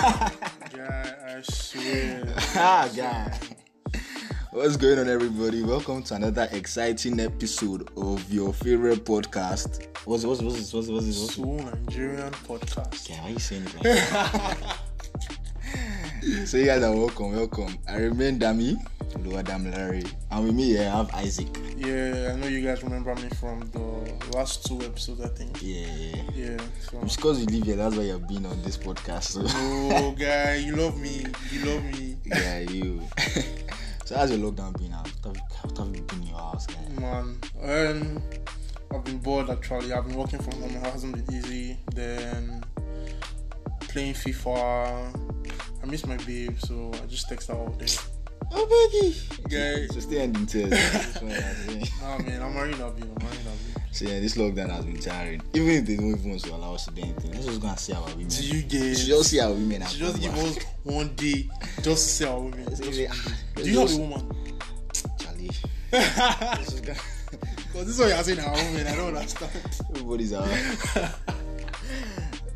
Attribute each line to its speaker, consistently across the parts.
Speaker 1: God, I swear.
Speaker 2: Ah, God. What's going on, everybody? Welcome to another exciting episode of your favorite podcast. What's what's what's this? What's what's this? What's
Speaker 1: Soul Nigerian podcast.
Speaker 2: Yeah, why are you saying it like that? so you guys are welcome, welcome. I remain Dami, Lua Dam Larry, and with me here I have Isaac.
Speaker 1: Yeah, I know you guys remember me from the last two episodes, I think.
Speaker 2: Yeah, yeah.
Speaker 1: Yeah, so.
Speaker 2: It's because you live here, that's why you've been on this podcast. So.
Speaker 1: Oh, guy, you love me. You love me.
Speaker 2: yeah, you. so how's your lockdown been? How have, how have you been in your house, guy?
Speaker 1: Man, um, I've been bored actually. I've been working from home. It hasn't been easy. Then playing FIFA. I miss my babe, so I just text her all day.
Speaker 2: Oh, baby.
Speaker 1: Guy.
Speaker 2: So stay ending tears. That's what I'm saying.
Speaker 1: Nah, man, I'm married up, you. I'm married up.
Speaker 2: so yeah, this lockdown has been tiring. Even if they don't even want to allow us to do anything, let's just go and see our women.
Speaker 1: Do you get?
Speaker 2: She just see our women. and
Speaker 1: She just
Speaker 2: come
Speaker 1: give
Speaker 2: back.
Speaker 1: us one day just to see our women.
Speaker 2: Let's
Speaker 1: Just-
Speaker 2: say, ah,
Speaker 1: Do you have
Speaker 2: let's
Speaker 1: a woman?
Speaker 2: just- Charlie.
Speaker 1: Because
Speaker 2: let's just go-
Speaker 1: this is what you're saying, our woman. I don't understand.
Speaker 2: Everybody's out.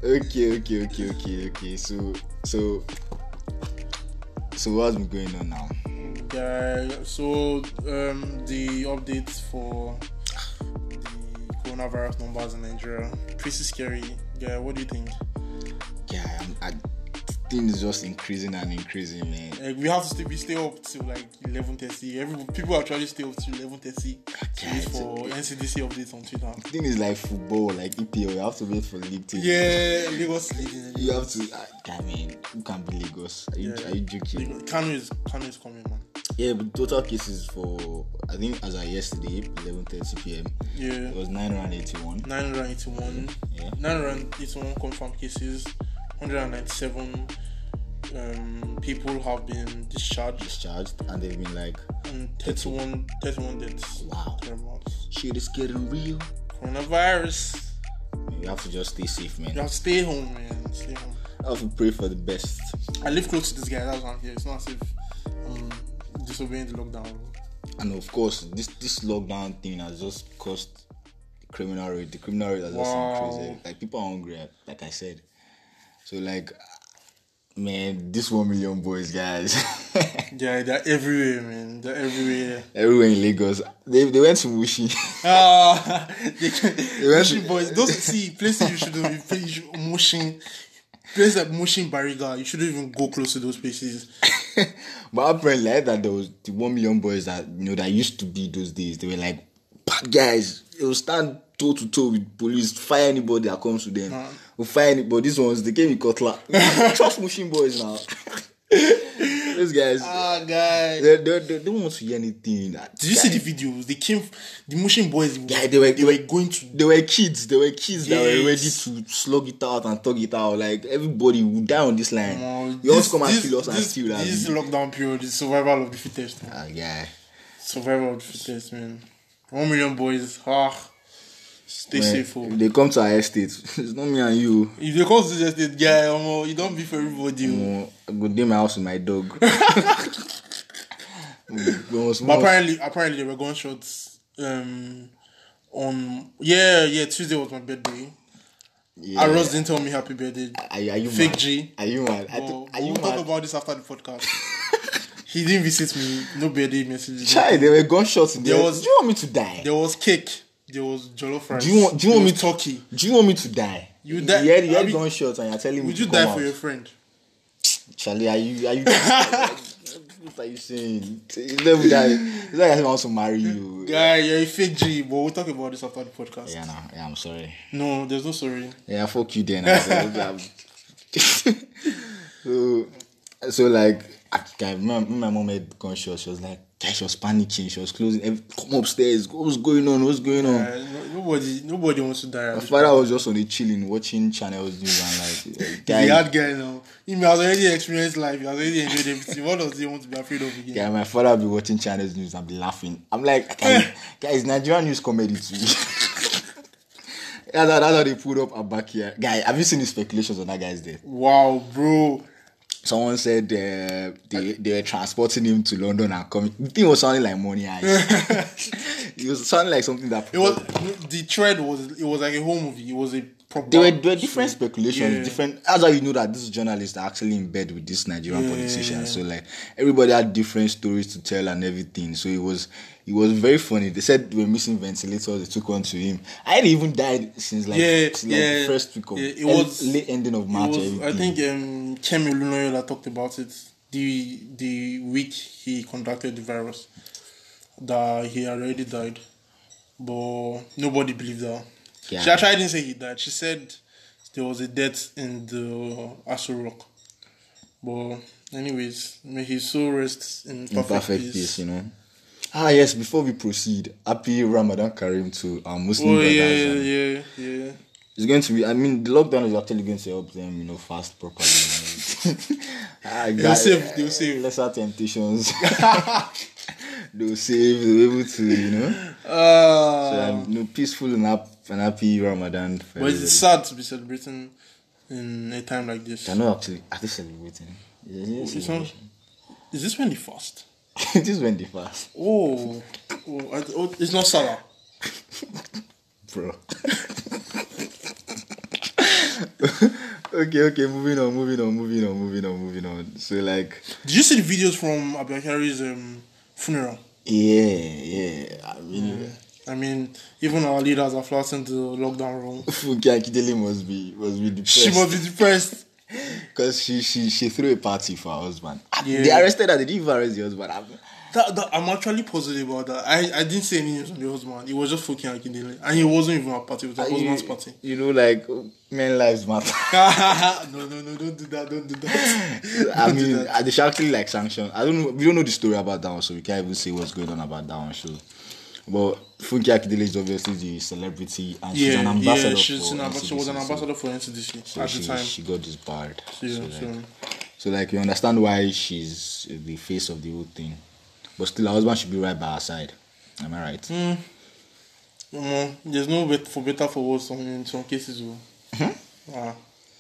Speaker 2: okay, okay, okay, okay, okay. So, so, so what's been going on now?
Speaker 1: Yeah, so um, the updates for the coronavirus numbers in Nigeria pretty scary. Yeah, what do you think?
Speaker 2: Yeah, I'm, I, things just increasing and increasing, man.
Speaker 1: Like, we have to stay, we stay up till like eleven thirty. Every people actually stay up till eleven thirty to
Speaker 2: Okay,
Speaker 1: wait
Speaker 2: it's-
Speaker 1: for NCDC updates on Twitter.
Speaker 2: Thing is like football, like EPL. You have to wait for league team.
Speaker 1: Yeah, Lagos leading.
Speaker 2: You have to. ah, I, I mean, who can be Lagos? Are you,
Speaker 1: Yeah.
Speaker 2: are you joking?
Speaker 1: Lagos- Kano is Kano is coming, man.
Speaker 2: Yeah, but total cases for I think as of yesterday, 11:30 p.m.
Speaker 1: Yeah,
Speaker 2: It was 981.
Speaker 1: nine hundred eighty one.
Speaker 2: Yeah.
Speaker 1: 981 confirmed cases, 197 um, people have been discharged,
Speaker 2: Discharged, and they've been like,
Speaker 1: and 31, 31 deaths.
Speaker 2: wow,
Speaker 1: Thereabouts.
Speaker 2: shit is getting real.
Speaker 1: Coronavirus.
Speaker 2: You have to just stay safe, man.
Speaker 1: You have to stay home, man. Stay home.
Speaker 2: I have to pray for the best.
Speaker 1: I live close to this guy, that's why I'm here. It's not as if I'm disobeying the lockdown. rule.
Speaker 2: And of course, this this lockdown thing has just caused criminal rate. The criminal rate has
Speaker 1: Wow.
Speaker 2: just increased. eh. Like people are hungry, like I said. So like, man, this one million boys, guys.
Speaker 1: Yeah, they're everywhere, man. They're everywhere.
Speaker 2: Everywhere in Lagos, they, they went to Mushi.
Speaker 1: Ah, they can,
Speaker 2: went
Speaker 1: Mushin
Speaker 2: to-
Speaker 1: boys. Those see places you shouldn't you play- you should, Mushin, places like Mushin Bariga. You shouldn't even go close to those places.
Speaker 2: But apparently, like that there was the one million boys that you know that used to be those days. They were like bad guys. They will stand toe to toe with police, fire anybody that comes to them. Will fire anybody. These ones they came with cutlass. Trust machine boys now. those guys,
Speaker 1: Ah, guys.
Speaker 2: they, they, they don't want to hear anything. That
Speaker 1: Did you see the videos? They came, the Mushin boys.
Speaker 2: Yeah, they were-
Speaker 1: they were going to.
Speaker 2: They were kids. They were kids that were ready
Speaker 1: Yes.
Speaker 2: to slug it out and tug it out. Like everybody would die on this line.
Speaker 1: Uh,
Speaker 2: you want to come and kill us and
Speaker 1: this,
Speaker 2: steal that.
Speaker 1: This lockdown period is survival of the fittest. Man.
Speaker 2: Ah, yeah.
Speaker 1: Survival of the fittest, man. One million boys. Ah, stay
Speaker 2: Man,
Speaker 1: safe. Oh.
Speaker 2: If Eh, they come to our estate, it's not me and you.
Speaker 1: If they come to this estate, guy, omo, you don't be for everybody. oh.
Speaker 2: Mm, I go dey my house with my dog. Mm, But was-
Speaker 1: But apparently, apparently there were gunshots. Um, on yeah, yeah, Tuesday was my birthday.
Speaker 2: yeah.
Speaker 1: Yeah. Aros didn't tell me happy birthday.
Speaker 2: Are, you- are you
Speaker 1: Fake
Speaker 2: mad?
Speaker 1: G.
Speaker 2: Are you mad? I
Speaker 1: Well,
Speaker 2: think are
Speaker 1: we'll
Speaker 2: you
Speaker 1: talk
Speaker 2: mad?
Speaker 1: about this after the podcast. he didn't visit me. No birthday messages.
Speaker 2: Chai, there were gunshots in there.
Speaker 1: There was-
Speaker 2: do you want me to die?
Speaker 1: There was cake. There was jollof rice.
Speaker 2: do you want? Do you
Speaker 1: there
Speaker 2: want me
Speaker 1: was
Speaker 2: to
Speaker 1: turkey?
Speaker 2: Do you want me to die?
Speaker 1: You die-
Speaker 2: You heard, you
Speaker 1: I
Speaker 2: heard
Speaker 1: mean,
Speaker 2: gunshots and you're telling me
Speaker 1: Would
Speaker 2: to
Speaker 1: you
Speaker 2: come
Speaker 1: die
Speaker 2: out.
Speaker 1: for your friend?
Speaker 2: Charlie, are you? Are you? what are you saying? You never die. It's like I want to marry you.
Speaker 1: Guy, you're a fake G. But we'll talk about this after the podcast.
Speaker 2: Yeah, nah, yeah, I'm sorry.
Speaker 1: No, there's no sorry.
Speaker 2: Yeah, fuck you then. I said, so, so like, I, I remember when my mom had conscious. She was like, guy, she was panicking. She was closing. Every, come upstairs. What's going on? What's going on?
Speaker 1: Uh, no- nobody, nobody wants to die. at
Speaker 2: my
Speaker 1: this
Speaker 2: father was just on the chilling, watching channels news and like,
Speaker 1: He's a
Speaker 2: guy,
Speaker 1: hard guy now. He has already experienced life. He has already enjoyed everything. What does he want to be afraid of again?
Speaker 2: guy, my father would be watching channels news and be laughing. I'm like, guy, guys, Nigerian news comedy too. That's how, that's how they pulled up Abakia. Guy, have you seen the speculations on that guy's death?
Speaker 1: Wow, bro.
Speaker 2: someone said uh, they they were transporting him to London and coming. The thing was sounding like money heist. it was sounding like something that
Speaker 1: It was the thread was it was like a whole movie. It was a proper.
Speaker 2: there were, there were different speculations,
Speaker 1: Yeah.
Speaker 2: different. That's how you know that these journalists are actually in bed with this Nigerian
Speaker 1: Yeah.
Speaker 2: politician. So like everybody had different stories to tell and everything. So it was it was very funny. They said they were missing ventilators. They took one to him. I had even died since like,
Speaker 1: Yeah,
Speaker 2: since, like
Speaker 1: yeah.
Speaker 2: the first week of
Speaker 1: Yeah, it
Speaker 2: el-
Speaker 1: was-
Speaker 2: late ending of
Speaker 1: It
Speaker 2: March.
Speaker 1: was- I
Speaker 2: everything.
Speaker 1: think um, Kemi Lunoyola talked about it the the week he conducted the virus that he had already died, but nobody believed her.
Speaker 2: Yeah.
Speaker 1: She actually didn't say he died. She said there was a death in the Aso Rock. But anyways, may his soul rest in perfect,
Speaker 2: imperfect
Speaker 1: peace.
Speaker 2: peace. you know. Ah yes, before we proceed, happy Ramadan Kareem to our Muslim
Speaker 1: Oh
Speaker 2: brothers.
Speaker 1: yeah,
Speaker 2: and
Speaker 1: yeah, yeah.
Speaker 2: It's going to be. I mean, the lockdown is actually going to help them, you know, fast properly. You know. ah,
Speaker 1: They'll save. They'll save.
Speaker 2: lesser temptations. they'll save. They'll be able to, you know.
Speaker 1: Uh,
Speaker 2: So, um, you know, peaceful and, hap- and happy Ramadan. For
Speaker 1: but it's
Speaker 2: everybody.
Speaker 1: sad to be celebrating in a time like this.
Speaker 2: They're not actually. Are they celebrating? Is it- is
Speaker 1: It's
Speaker 2: it
Speaker 1: not-
Speaker 2: celebration?
Speaker 1: Is this when they fast?
Speaker 2: This went the fast,
Speaker 1: Oh, oh, I- oh, it's not Salah.
Speaker 2: bro. okay, okay, moving on, moving on, moving on, moving on, moving on. So like,
Speaker 1: Did you see the videos from Abakari's um, funeral?
Speaker 2: yeah, yeah. I mean,
Speaker 1: I mean, even our leaders are flouting the lockdown rule.
Speaker 2: Funke Akindele must be must be
Speaker 1: She must
Speaker 2: depressed
Speaker 1: be depressed.
Speaker 2: because she she she threw a party for her husband. Ah,
Speaker 1: Yeah.
Speaker 2: They arrested her. They didn't even arrest the husband. Ah,
Speaker 1: That, that, I'm actually positive about that. I, I didn't see any news on the husband. It was just fucking Akindele. And it wasn't even a party, it was her husband's
Speaker 2: you-
Speaker 1: party. Ah.
Speaker 2: You know, like men lives matter.
Speaker 1: no, no, no, don't do that, don't do that.
Speaker 2: I
Speaker 1: Don't do
Speaker 2: mean,
Speaker 1: that.
Speaker 2: uh, they should actually like sanction. I don't know. We don't know the story about that one, so we can't even say what's going on about that one. So, but Funke Akindele is obviously the celebrity, and she's an
Speaker 1: yeah,
Speaker 2: ambassador.
Speaker 1: yeah, she's
Speaker 2: for
Speaker 1: an ambassador. She was an
Speaker 2: NCDC, so-
Speaker 1: ambassador for NCDC
Speaker 2: So
Speaker 1: at
Speaker 2: she,
Speaker 1: the time.
Speaker 2: she got disbarred.
Speaker 1: yeah,
Speaker 2: so, like,
Speaker 1: so-
Speaker 2: so like you understand why she's the face of the whole thing, but still her husband should be right by her side. Am I right?
Speaker 1: Hmm. Omo, there's no bet for better for worse on- in some cases. oh.
Speaker 2: Uh-huh.
Speaker 1: Ah.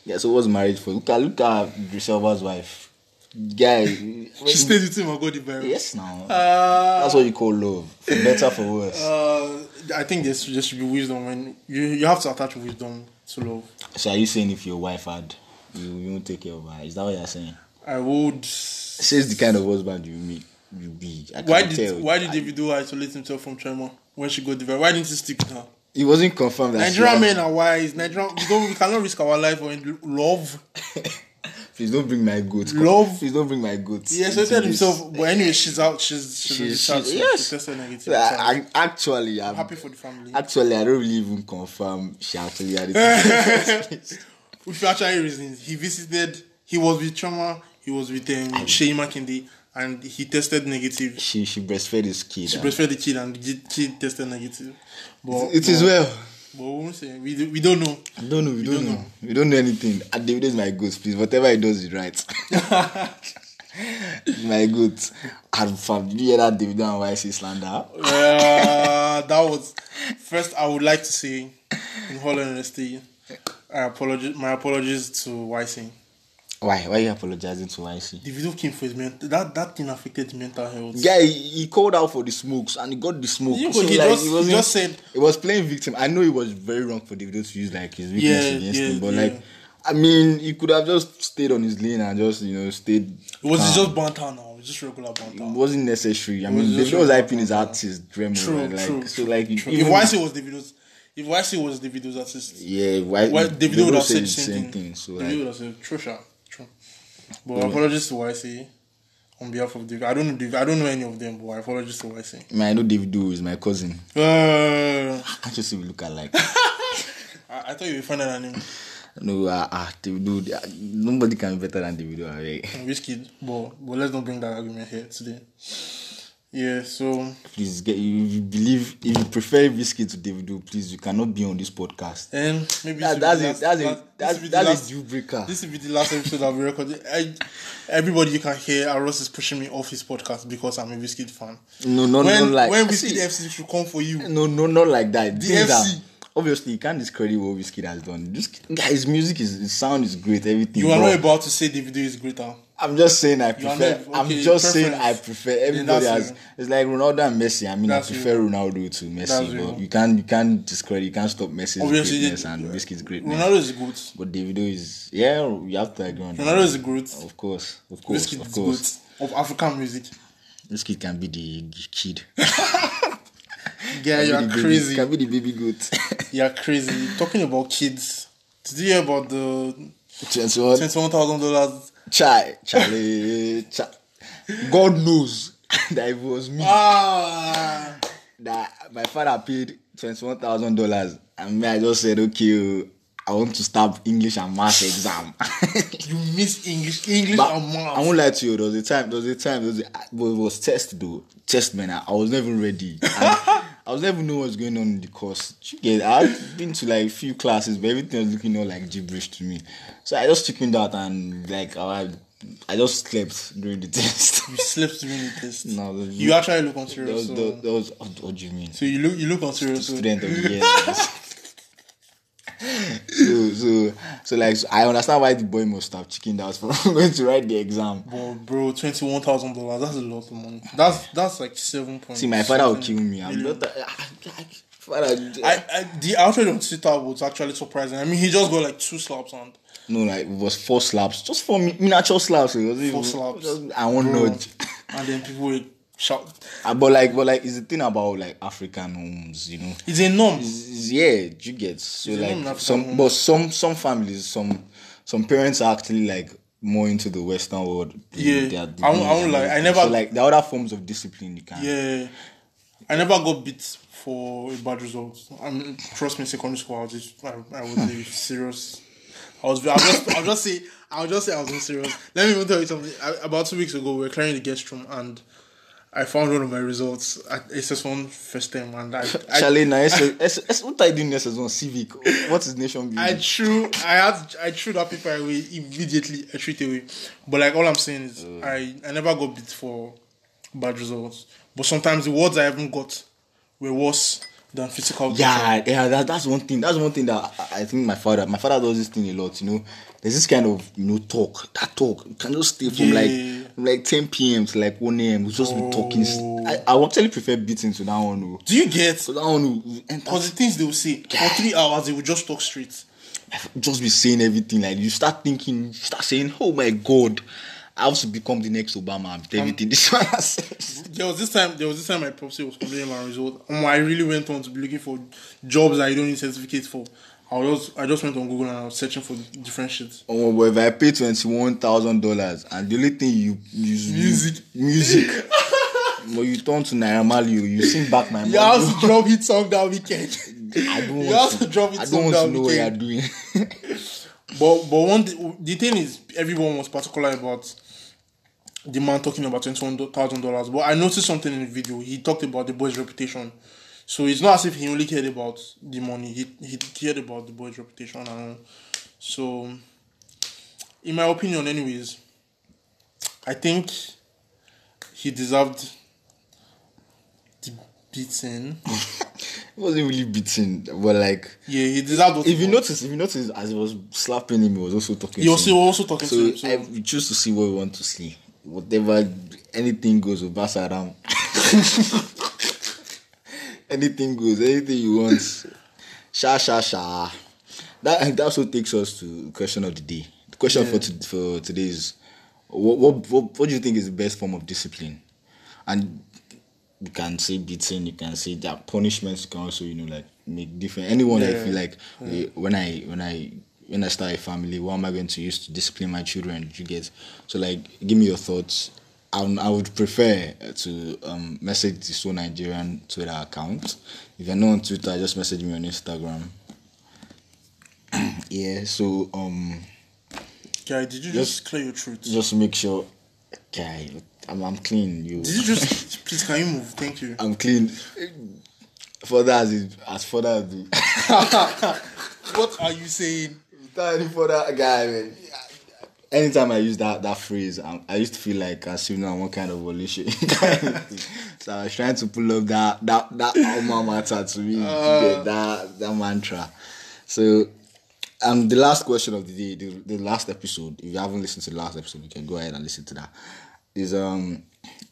Speaker 2: Yeah. So what's marriage for? Look at look at Griselda's wife, guy.
Speaker 1: She stayed with him and got the virus.
Speaker 2: yes, now
Speaker 1: Uh,
Speaker 2: that's what you call love, for better for worse.
Speaker 1: uh, I think there's, there should be wisdom when you you have to attach wisdom to love.
Speaker 2: So are you saying if your wife had, you you won't take care of her? Is that what you're saying?
Speaker 1: I would.
Speaker 2: Says the kind of husband you meet, you be. I
Speaker 1: Why
Speaker 2: can't tell.
Speaker 1: did Why did Davido isolate himself from Tremor when she got the virus? Why didn't he stick with her?
Speaker 2: It wasn't confirmed. That she
Speaker 1: Nigerian
Speaker 2: had-
Speaker 1: men are wise. Nigerian, we, don't, we cannot risk our life for love.
Speaker 2: Please don't bring my goat.
Speaker 1: Love.
Speaker 2: Please don't bring my goat.
Speaker 1: He
Speaker 2: into
Speaker 1: isolated
Speaker 2: this.
Speaker 1: himself, but anyway, she's out. She's she's,
Speaker 2: She's,
Speaker 1: she's,
Speaker 2: she's,
Speaker 1: she's,
Speaker 2: yes.
Speaker 1: tested negative. so I'm
Speaker 2: I, I, actually, I'm,
Speaker 1: happy for the family.
Speaker 2: actually, I don't really even confirm she actually had it.
Speaker 1: with actually reasons. He visited, he was with Choma, he was with um, Shea Makinde, and he tested negative.
Speaker 2: she she breastfed his kid.
Speaker 1: She
Speaker 2: and-
Speaker 1: preferred the kid, and the kid- kid tested negative. But
Speaker 2: it is
Speaker 1: but,
Speaker 2: well.
Speaker 1: But we won't say, we, do- we don't know.
Speaker 2: I don't know. We, don't, know. We don't know anything. Uh, David is my goat. Please, whatever he does is right. my goat. And fam, did you hear that David and YC slander?
Speaker 1: Uh, that was first. I would like to say, in all honesty, I apologize. My apologies to YC.
Speaker 2: Why? Why are you apologizing to YC?
Speaker 1: The video came for his mental. That that thing affected his mental health.
Speaker 2: Guy, he called out for the smokes and he got the smoke.
Speaker 1: Yeah, but he just- he
Speaker 2: wasn't-
Speaker 1: just said-
Speaker 2: he was playing victim. I know it was very wrong for David to use like his weakness
Speaker 1: Yeah,
Speaker 2: against
Speaker 1: yeah,
Speaker 2: him, but
Speaker 1: yeah.
Speaker 2: like, I mean, he could have just stayed on his lane and just you know stayed.
Speaker 1: It was
Speaker 2: calm.
Speaker 1: just banter now. It was just regular banter.
Speaker 2: It wasn't necessary. I
Speaker 1: was
Speaker 2: mean,
Speaker 1: just
Speaker 2: David was
Speaker 1: wrong.
Speaker 2: hyping his artist, Dremel,
Speaker 1: True,
Speaker 2: right? like,
Speaker 1: true.
Speaker 2: so like,
Speaker 1: true. If
Speaker 2: even-
Speaker 1: YC was Davido's, if YC was Davido's assist,
Speaker 2: Yeah, why,
Speaker 1: why
Speaker 2: they
Speaker 1: Davido would
Speaker 2: both
Speaker 1: have
Speaker 2: say
Speaker 1: said the same, thing.
Speaker 2: So
Speaker 1: Davido
Speaker 2: like,
Speaker 1: would have said true, sha, true. But apologies to YC on behalf of Davido. I don't know Davido. I don't know any of them, but apologies to YC.
Speaker 2: man, I know Davido is my cousin.
Speaker 1: Uh,
Speaker 2: Can't you see we look alike?
Speaker 1: I, I thought you were finding an name,
Speaker 2: no, ah, uh, Davido, ah, nobody can be better than Davido. Right?
Speaker 1: Whiskey, but but let's not bring that argument here today. Yeah, so
Speaker 2: Please, get, if you believe, if you prefer whiskey to Davido, please, you cannot be on this podcast.
Speaker 1: um, maybe
Speaker 2: That,
Speaker 1: this will be
Speaker 2: that's
Speaker 1: the
Speaker 2: it.
Speaker 1: last- last- this will be
Speaker 2: That's it. That's
Speaker 1: the
Speaker 2: that's
Speaker 1: last-
Speaker 2: a deal breaker.
Speaker 1: This will be the last episode I'll be recording. I, everybody you can hear, Aros is pushing me off his podcast because I'm a Wizkid fan.
Speaker 2: No, no,
Speaker 1: when,
Speaker 2: no, like
Speaker 1: when
Speaker 2: see,
Speaker 1: Wizkid FC should come for you.
Speaker 2: No, no, not like that. Things
Speaker 1: FC.
Speaker 2: are- obviously, you can't discredit what Whiskey has done. This guy, his music is, his sound is great. Everything.
Speaker 1: You are
Speaker 2: but-
Speaker 1: not about to say the video is greater.
Speaker 2: I'm just saying I
Speaker 1: You're
Speaker 2: prefer.
Speaker 1: not-
Speaker 2: I'm
Speaker 1: okay,
Speaker 2: just saying I
Speaker 1: preference.
Speaker 2: prefer. Everybody
Speaker 1: that's
Speaker 2: has.
Speaker 1: you.
Speaker 2: It's like Ronaldo and Messi. I mean,
Speaker 1: That's
Speaker 2: I
Speaker 1: you.
Speaker 2: prefer Ronaldo to Messi,
Speaker 1: That's you.
Speaker 2: but you. can't. You can't discredit. You can't stop Messi's
Speaker 1: Obviously,
Speaker 2: greatness
Speaker 1: they-
Speaker 2: and Whiskey's greatness.
Speaker 1: Ronaldo is good.
Speaker 2: But Davido is. Yeah, you have to agree on that.
Speaker 1: Ronaldo is good.
Speaker 2: Of course, of course,
Speaker 1: Whiskey
Speaker 2: of
Speaker 1: is
Speaker 2: course.
Speaker 1: good. Of African music.
Speaker 2: This kid can be the kid.
Speaker 1: Yeah, you
Speaker 2: Can
Speaker 1: are
Speaker 2: be the baby-
Speaker 1: crazy.
Speaker 2: Can be the baby goat.
Speaker 1: You are crazy. Talking about kids. Did you hear about the
Speaker 2: Chance what?
Speaker 1: twenty-one thousand dollars?
Speaker 2: Chai, Charlie, cha. God knows that if it was me,
Speaker 1: Ah,
Speaker 2: that my father paid twenty-one thousand dollars, and me I just said, okay, oh, I want to start English and math exam.
Speaker 1: you miss English, English
Speaker 2: But
Speaker 1: and
Speaker 2: I
Speaker 1: math.
Speaker 2: won't lie to you. There was a time. There was a time. There was a, but it was test though. Test man. I, I was never ready. I, I was never know what's going on in the course. Yeah, I've been to like few classes, but everything was looking all like gibberish to me. So I just chickened out and like I, I just slept during the test.
Speaker 1: You slept during the test.
Speaker 2: No, the-
Speaker 1: you actually look on
Speaker 2: that was,
Speaker 1: serious.
Speaker 2: that,
Speaker 1: So,
Speaker 2: that was what, what do you mean?
Speaker 1: so you look, you look on serious. So.
Speaker 2: Student of the year. so so so like so I understand why the boy must have chickened out from going to write the exam.
Speaker 1: Bro, Bon, bro, twenty-one thousand dollars. That's a lot of money. That's that's like seven point.
Speaker 2: See, my father will
Speaker 1: something
Speaker 2: kill me. I'm
Speaker 1: million.
Speaker 2: not a, Ah, like father.
Speaker 1: I, I the outrage on Twitter was actually surprising. I mean, he just got like two slaps on.
Speaker 2: no, like it was four slaps, just four mi- miniature slaps. It wasn't
Speaker 1: Four
Speaker 2: even-
Speaker 1: slaps.
Speaker 2: just- I won't
Speaker 1: Bro.
Speaker 2: know.
Speaker 1: and then people would shout.
Speaker 2: But like, but like, it's the thing about like African homes, you know.
Speaker 1: It's a norm.
Speaker 2: It's- it's- yeah, you get so It's even like
Speaker 1: African
Speaker 2: some,
Speaker 1: homes.
Speaker 2: but some some families, some some parents are actually like more into the Western world. in
Speaker 1: Yeah.
Speaker 2: their
Speaker 1: I won't- I won't
Speaker 2: degrees and
Speaker 1: lie, I
Speaker 2: everything.
Speaker 1: never-
Speaker 2: so, like the other forms of discipline you can.
Speaker 1: Yeah, I never got beat for a bad result. I mean, trust me, secondary school, I was, just, I, I was a serious. I was, I'll just, I'll just say, I'll just say I was not serious. Let me even tell you something. I, about two weeks ago, we were clearing the guest room and I found one of my results at SS1 first term and I, I,
Speaker 2: Charlie, now, SS, SS, what are you doing in SS1 Civic? What is nation building?
Speaker 1: I threw, I had, I threw that paper away immediately. I threw it away. But like all I'm saying is, I, I never got beat for bad results. But sometimes the words I haven't got were worse than physical. beating.
Speaker 2: Yeah, yeah, that, that's one thing. That's one thing that I, I think my father, my father does this thing a lot. You know, there's this kind of you know talk. That talk you can just stay from
Speaker 1: Yeah.
Speaker 2: like from like 10 p.m. to like 1 a.m. We'll just be talking.
Speaker 1: Oh.
Speaker 2: I, I would actually prefer beating to that one. oh.
Speaker 1: Do you get?
Speaker 2: To that one, oh, we enter,
Speaker 1: Because the things they will say for three hours, they will just talk straight.
Speaker 2: just be saying everything. Like you start thinking, you start saying, "Oh my God, I have to become the next Obama." with Everything this man has said.
Speaker 1: There was this time, there was this time my propsy was complaining my result. Um, I really went on to be looking for jobs I don't need certificates for. I was just, I just went on Google and I was searching for different shit.
Speaker 2: Oh, but if I pay twenty one thousand dollars and the only thing you, you
Speaker 1: Music.
Speaker 2: you, music. But you turn to Naira Marley, oh, you sing back my
Speaker 1: You have to drop hit song that weekend.
Speaker 2: I don't
Speaker 1: You
Speaker 2: want
Speaker 1: have
Speaker 2: to,
Speaker 1: to drop it
Speaker 2: I
Speaker 1: some
Speaker 2: don't want to
Speaker 1: down
Speaker 2: know what you're
Speaker 1: weekend.
Speaker 2: doing.
Speaker 1: But but one the, the thing is everyone was particular about the man talking about twenty one thousand dollars. But I noticed something in the video. He talked about the boy's reputation. So it's not as if he only cared about the money. He he cared about the boy's reputation and all. So in my opinion anyways, I think he deserved the beating.
Speaker 2: it wasn't really beating, but like
Speaker 1: Yeah, he deserved what
Speaker 2: if
Speaker 1: he
Speaker 2: you
Speaker 1: got.
Speaker 2: notice, if you notice, as he was slapping him, he was also talking.
Speaker 1: He
Speaker 2: to
Speaker 1: also
Speaker 2: him.
Speaker 1: also talking
Speaker 2: so
Speaker 1: to him. So
Speaker 2: I, we choose to see what we want to see. Whatever, anything goes with Basaram. anything goes, anything you want. Sha sha sha. That that also takes us to question of the day. The question for to, for today is, what, what what what do you think is the best form of discipline? And you can say beating, you can say there are punishments. You can also you know like make different. Anyone that you
Speaker 1: Yeah.
Speaker 2: feel like eh, when I when I when I start a family, what am I going to use to discipline my children? You get so like give me your thoughts. I, would- I would prefer to um, message the So Nigerian Twitter account. If you're not on Twitter, just message me on Instagram. yeah, so um,
Speaker 1: guy, did you just clear your truth?
Speaker 2: just make sure, guy, I'm, I'm clean. You,
Speaker 1: Did you just please can you move? Thank you.
Speaker 2: I'm clean. Further as it, as further ado.
Speaker 1: What are you saying?
Speaker 2: Without any further guy, man. Anytime I use that that phrase, I, I used to feel like I still know I'm one kind of volition. so I was trying to pull up that that that alma mater to me, to get that that mantra. So um, the last question of the day, the, the last episode. If you haven't listened to the last episode, you can go ahead and listen to that. Is um,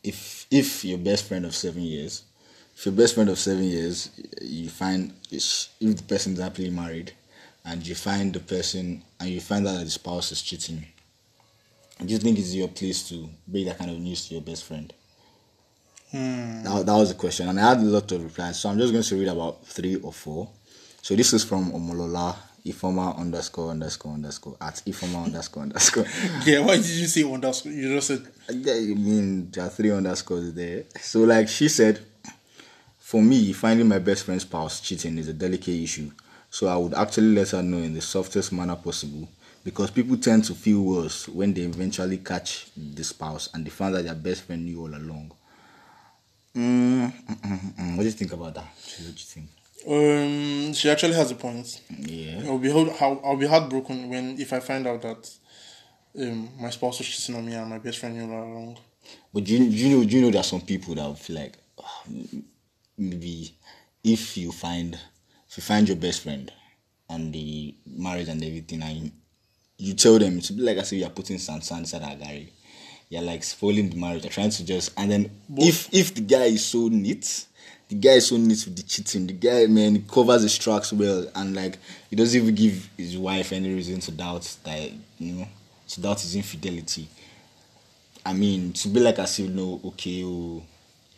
Speaker 2: if if your best friend of seven years, if your best friend of seven years, you find if if the person is happily married, and you find the person and you find out that the spouse is cheating, do you think it's your place to break that kind of news to your best friend?
Speaker 1: Hmm.
Speaker 2: That, that was the question, and I had a lot of replies. So I'm just going to read about three or four. So this is from Omolola Ifoma underscore underscore underscore at Ifoma underscore underscore.
Speaker 1: Yeah, why did you say underscore? You just said
Speaker 2: Yeah, I mean, there are three underscores there. So, like she said, for me, finding my best friend's spouse cheating is a delicate issue. So, I would actually let her know in the softest manner possible because people tend to feel worse when they eventually catch the spouse and they found that their best friend knew all along. Mm, mm, mm, mm. What do you think about that? What do you think?
Speaker 1: um she actually has a point.
Speaker 2: Yeah.
Speaker 1: I'll be heart- I'll, I'll be heartbroken when if I find out that um my spouse was cheating on me and my best friend knew all along.
Speaker 2: But do you, do you know do you know there are some people that would feel like "Ah, m- maybe if you find if you find your best friend and the marriage and everything and you, you tell them it's like I say you're putting sand sand inside our garage. You're like spoiling the marriage. You're trying to just and then if if the guy is so neat, the guy is so neat with the cheating. The guy man he covers his tracks well and like he doesn't even give his wife any reason to doubt that you know to doubt his infidelity. I mean, to be like as if no, okay, oh,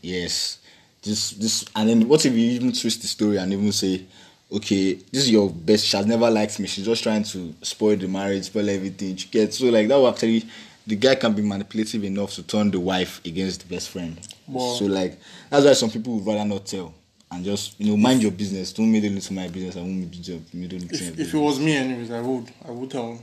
Speaker 2: yes, this, this, and then what if you even twist the story and even say, okay, this is your best. She has never liked me. She's just trying to spoil the marriage, spoil everything. She gets so like that. Will actually, the guy can be manipulative enough to turn the wife against the best friend.
Speaker 1: Wow.
Speaker 2: So like that's why some people would rather not tell and just you know mind your business. Don't meddle into my business. I won't meddle into your
Speaker 1: If,
Speaker 2: business.
Speaker 1: if it was me anyways, I would I would tell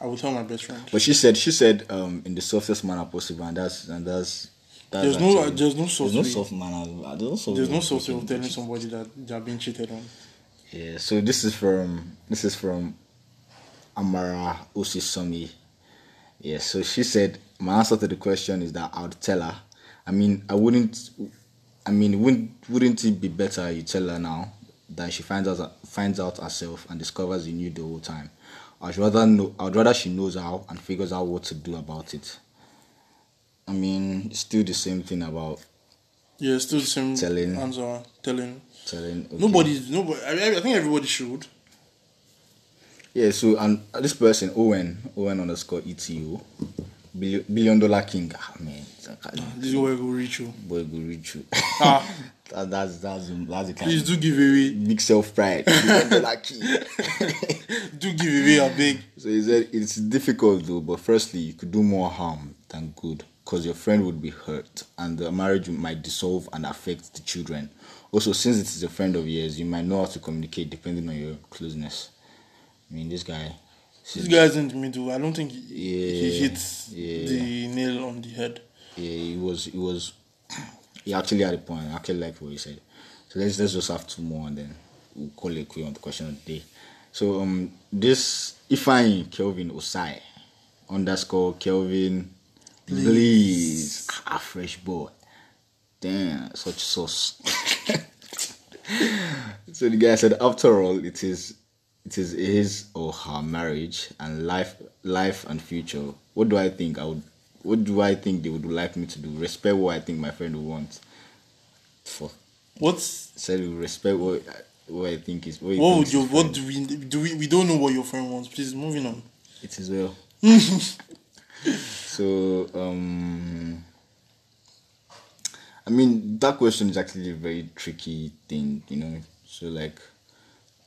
Speaker 1: I would tell my best friend.
Speaker 2: But she said she said um in the softest manner possible, and that's and that's. that's
Speaker 1: There's no-
Speaker 2: actually-
Speaker 1: there's no soft
Speaker 2: There's no
Speaker 1: way.
Speaker 2: soft manner. There's no soft.
Speaker 1: There's no
Speaker 2: way.
Speaker 1: source of telling somebody that they're being cheated on.
Speaker 2: Yeah. So this is from this is from Amara Osisumi. Yeah. So she said my answer to the question is that I would tell her. I mean, I wouldn't. I mean, wouldn't wouldn't it be better you tell her now than she finds out finds out herself and discovers you knew the whole time? I'd rather know. I'd rather she knows how and figures out what to do about it. I mean, it's still the same thing about
Speaker 1: Yeah, it's still the same
Speaker 2: Telling.
Speaker 1: answer. Telling.
Speaker 2: telling. okay.
Speaker 1: Nobody's nobody. I, I- I think everybody should.
Speaker 2: Yeah, so and this person Owen Owen underscore E ETO billion, billion dollar king. Ah man,
Speaker 1: This is where we will reach you.
Speaker 2: boy go reach you.
Speaker 1: Ah.
Speaker 2: that, that's that's the- that's the kind
Speaker 1: Please
Speaker 2: of
Speaker 1: do give away.
Speaker 2: big self pride. Billion dollar king.
Speaker 1: Do give away a big.
Speaker 2: so he said it's difficult though, but firstly you could do more harm than good because your friend would be hurt and the marriage might dissolve and affect the children. Also, since it is a friend of yours, you might know how to communicate depending on your closeness. I mean, this guy.
Speaker 1: This guy's in the middle. I don't think he, he
Speaker 2: Yeah,
Speaker 1: hits
Speaker 2: yeah.
Speaker 1: the nail on the head.
Speaker 2: Yeah, it was it was he actually had a point. I actually like what he said. So let's let's just have two more and then we'll call it quick on the question of the day. So um this Ifine Kelvin Osai underscore Kelvin please a fresh boy. Damn, such sauce. so the guy said, after all, it is it is his or her marriage and life life and future. What do I think I would what do I think they would like me to do? Respect what I think my friend would want. For
Speaker 1: What's
Speaker 2: said we respect what I- what I think is what, he
Speaker 1: what
Speaker 2: thinks
Speaker 1: would
Speaker 2: is
Speaker 1: your what
Speaker 2: fine.
Speaker 1: do we do? We, we don't know what your friend wants. Please moving on.
Speaker 2: it is well. so um I mean that question is actually a very tricky thing, you know. So like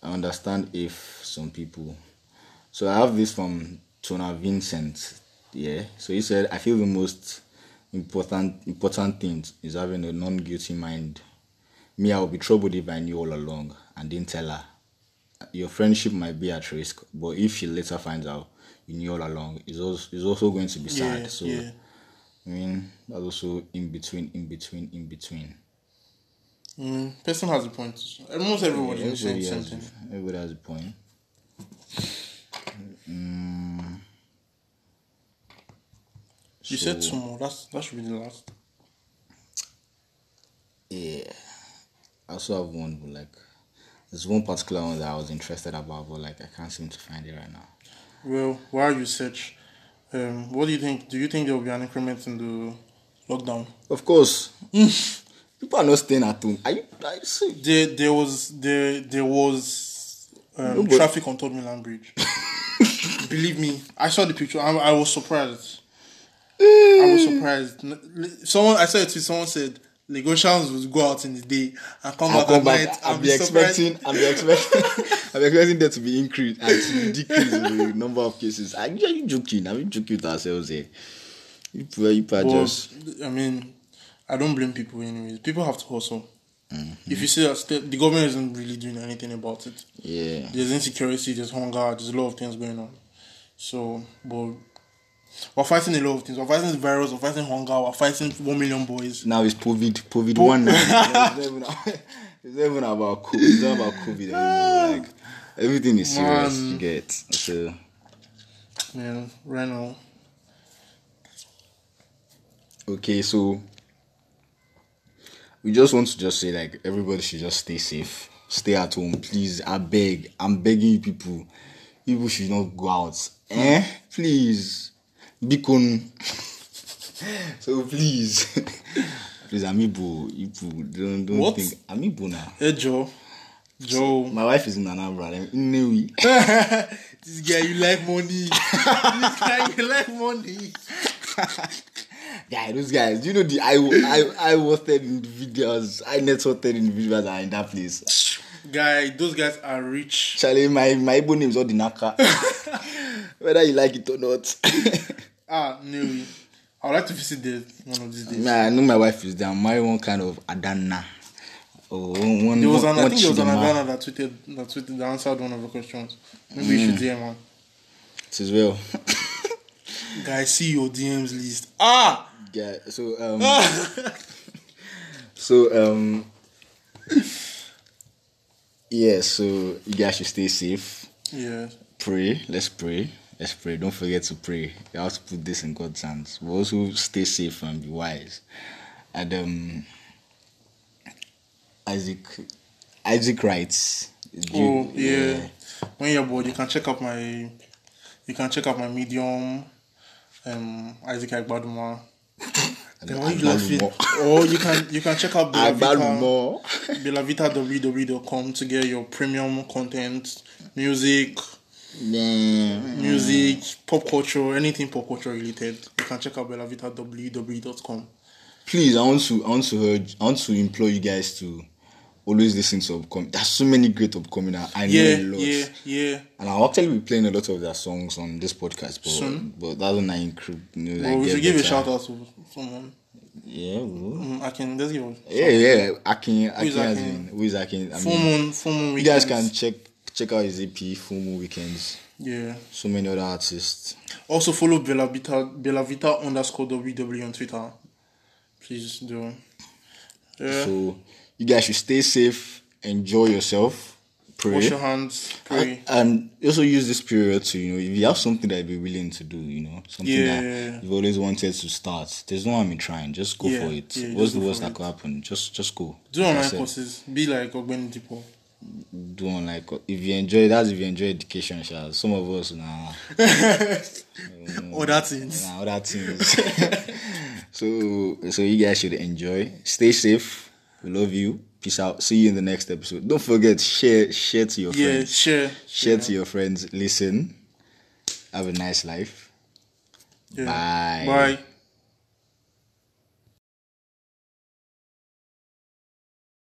Speaker 2: I understand if some people so I have this from Tona Vincent. Yeah. So he said I feel the most important important thing is having a non guilty mind. Me I would be troubled if I knew all along and didn't tell her. Your friendship might be at risk, but if she later finds out you knew all along, it's also, it's also going to be sad.
Speaker 1: Yeah,
Speaker 2: so
Speaker 1: yeah.
Speaker 2: I mean, that's also in between, in between, in between.
Speaker 1: Mm, person has a point. Almost everybody is saying
Speaker 2: Everybody has,
Speaker 1: something.
Speaker 2: everybody has a point.
Speaker 1: You said two more. That's that should be the last.
Speaker 2: Yeah. I also have one, but like, There's one particular one that I was interested about, but like I can't seem to find it right now.
Speaker 1: Well, while you search, um, what do you think? Do you think there will be an increment in the lockdown?
Speaker 2: Of course, people are not staying at home. Are you? Are you serious?
Speaker 1: There, there was there there was um,
Speaker 2: No, but-
Speaker 1: traffic on Third Milan Bridge. Believe me, I saw the picture. I, I was surprised.
Speaker 2: Eh.
Speaker 1: I was surprised. N- Someone I saw it tweet. Someone said Lagosians would go out in the day and come
Speaker 2: I'll
Speaker 1: back
Speaker 2: come
Speaker 1: at
Speaker 2: back.
Speaker 1: night.
Speaker 2: I'll
Speaker 1: and
Speaker 2: be
Speaker 1: surprised.
Speaker 2: expecting. I'll be expecting. I'll be expecting there to be increase and to decrease in the number of cases. Are you, are you joking? Are we joking with ourselves here? You people, you people are
Speaker 1: But,
Speaker 2: just.
Speaker 1: I mean, I don't blame people. Anyways, people have to hustle.
Speaker 2: Mm-hmm.
Speaker 1: If you see that st- the government isn't really doing anything about it.
Speaker 2: Yeah.
Speaker 1: there's insecurity, there's hunger, there's a lot of things going on. So, but we're fighting a lot of things. We're fighting the virus, we're fighting hunger, we're fighting one million boys.
Speaker 2: Now it's COVID. COVID one. Now. it's, not even, it's not even about COVID. It's not about COVID anymore. Like everything is serious. You
Speaker 1: Ah. Man.
Speaker 2: get uh, so.
Speaker 1: Man, right now,
Speaker 2: Okay, so we just want to just say like everybody should just stay safe, stay at home, please. I beg, I'm begging you people. People should not go out. Eh? Please. Bikun. so please. please, Amiibo, you people don't don't
Speaker 1: What?
Speaker 2: think Amiibo now.
Speaker 1: hey Joe, Joe,
Speaker 2: My wife is in Anambra. like, Nnewi.
Speaker 1: this guy you like money. this guy you like money.
Speaker 2: Guy, those guys, you know the I I I wanted individuals, I networked individuals that are in that place.
Speaker 1: Guy, those guys are rich.
Speaker 2: Charlie, my my Igbo name is Odinaka. Whether you like it or not.
Speaker 1: Ah, no. I would like to visit there one of these days.
Speaker 2: Man, I know my wife is there. I'm marrying one kind of Adana. Oh, one, one,
Speaker 1: There was an,
Speaker 2: one
Speaker 1: I think there was an
Speaker 2: Chidinma.
Speaker 1: Adana that tweeted that tweeted that answered one of the questions. Maybe you should DM one.
Speaker 2: It is well.
Speaker 1: Guy, see your DMs list. Ah,
Speaker 2: yeah. So um. so um. Yeah. So you guys should stay safe.
Speaker 1: yeah.
Speaker 2: pray. Let's pray. Let's pray. Don't forget to pray. You have to put this in God's hands. But also stay safe and be wise. And um, Isaac, Isaac writes. do you-
Speaker 1: Oh yeah. When you're bored, you can check out my, you can check out my medium, um, Isaac Agbaduma. Then why you laughing?
Speaker 2: Agbalumo.
Speaker 1: Or Oh, you can you can check out Belavita,
Speaker 2: Agbalumo.
Speaker 1: BelavitaWW.com to get your premium content, music,
Speaker 2: Yeah.
Speaker 1: music, pop culture, anything pop culture related. You can check out BelavitaWW.com.
Speaker 2: Please, I want to, I want to, urge, I want to implore you guys to always listen to upcoming. There's so many great upcoming. I I know
Speaker 1: Yeah,
Speaker 2: a lot.
Speaker 1: yeah, yeah.
Speaker 2: And I'll actually be playing a lot of their songs on this podcast, but
Speaker 1: Soon.
Speaker 2: but that's when I include. You know,
Speaker 1: But
Speaker 2: like,
Speaker 1: we
Speaker 2: get
Speaker 1: should give a
Speaker 2: better.
Speaker 1: shout out to someone.
Speaker 2: Yeah, we will.
Speaker 1: Mm, I can let's give a
Speaker 2: Yeah, yeah. Akin,
Speaker 1: Who is
Speaker 2: Akin, as
Speaker 1: Akin?
Speaker 2: in, who is Akin? I
Speaker 1: full
Speaker 2: mean,
Speaker 1: moon, full moon
Speaker 2: you guys
Speaker 1: weekends.
Speaker 2: can check check out his EP, Full Moon Weekends.
Speaker 1: Yeah.
Speaker 2: So many other artists.
Speaker 1: Also follow Bellavita Bellavita underscore WW on Twitter. Please do. Yeah.
Speaker 2: So you guys should stay safe, enjoy yourself, pray,
Speaker 1: Wash your hands. Pray.
Speaker 2: and also use this period to you know if you have something that you're willing to do, you know something
Speaker 1: Yeah.
Speaker 2: that you've always wanted to start. There's no harm in trying. Just go
Speaker 1: Yeah,
Speaker 2: for it.
Speaker 1: yeah,
Speaker 2: What's
Speaker 1: just
Speaker 2: the
Speaker 1: go
Speaker 2: worst
Speaker 1: for
Speaker 2: that
Speaker 1: it.
Speaker 2: could happen? Just just go.
Speaker 1: Do
Speaker 2: Like I
Speaker 1: online
Speaker 2: said,
Speaker 1: courses. Be like Ogbeni Dipo.
Speaker 2: Do online. co- If you enjoy, that's if you enjoy education. Sha. Some of us now. Mm.
Speaker 1: Other things.
Speaker 2: and other things. so so you guys should enjoy. Stay safe. We love you. Peace out. See you in the next episode. Don't forget share share to your
Speaker 1: Yeah.
Speaker 2: friends.
Speaker 1: Share.
Speaker 2: Share to your friends. Listen. Have a nice life.
Speaker 1: Yeah.
Speaker 2: Bye.
Speaker 1: Bye.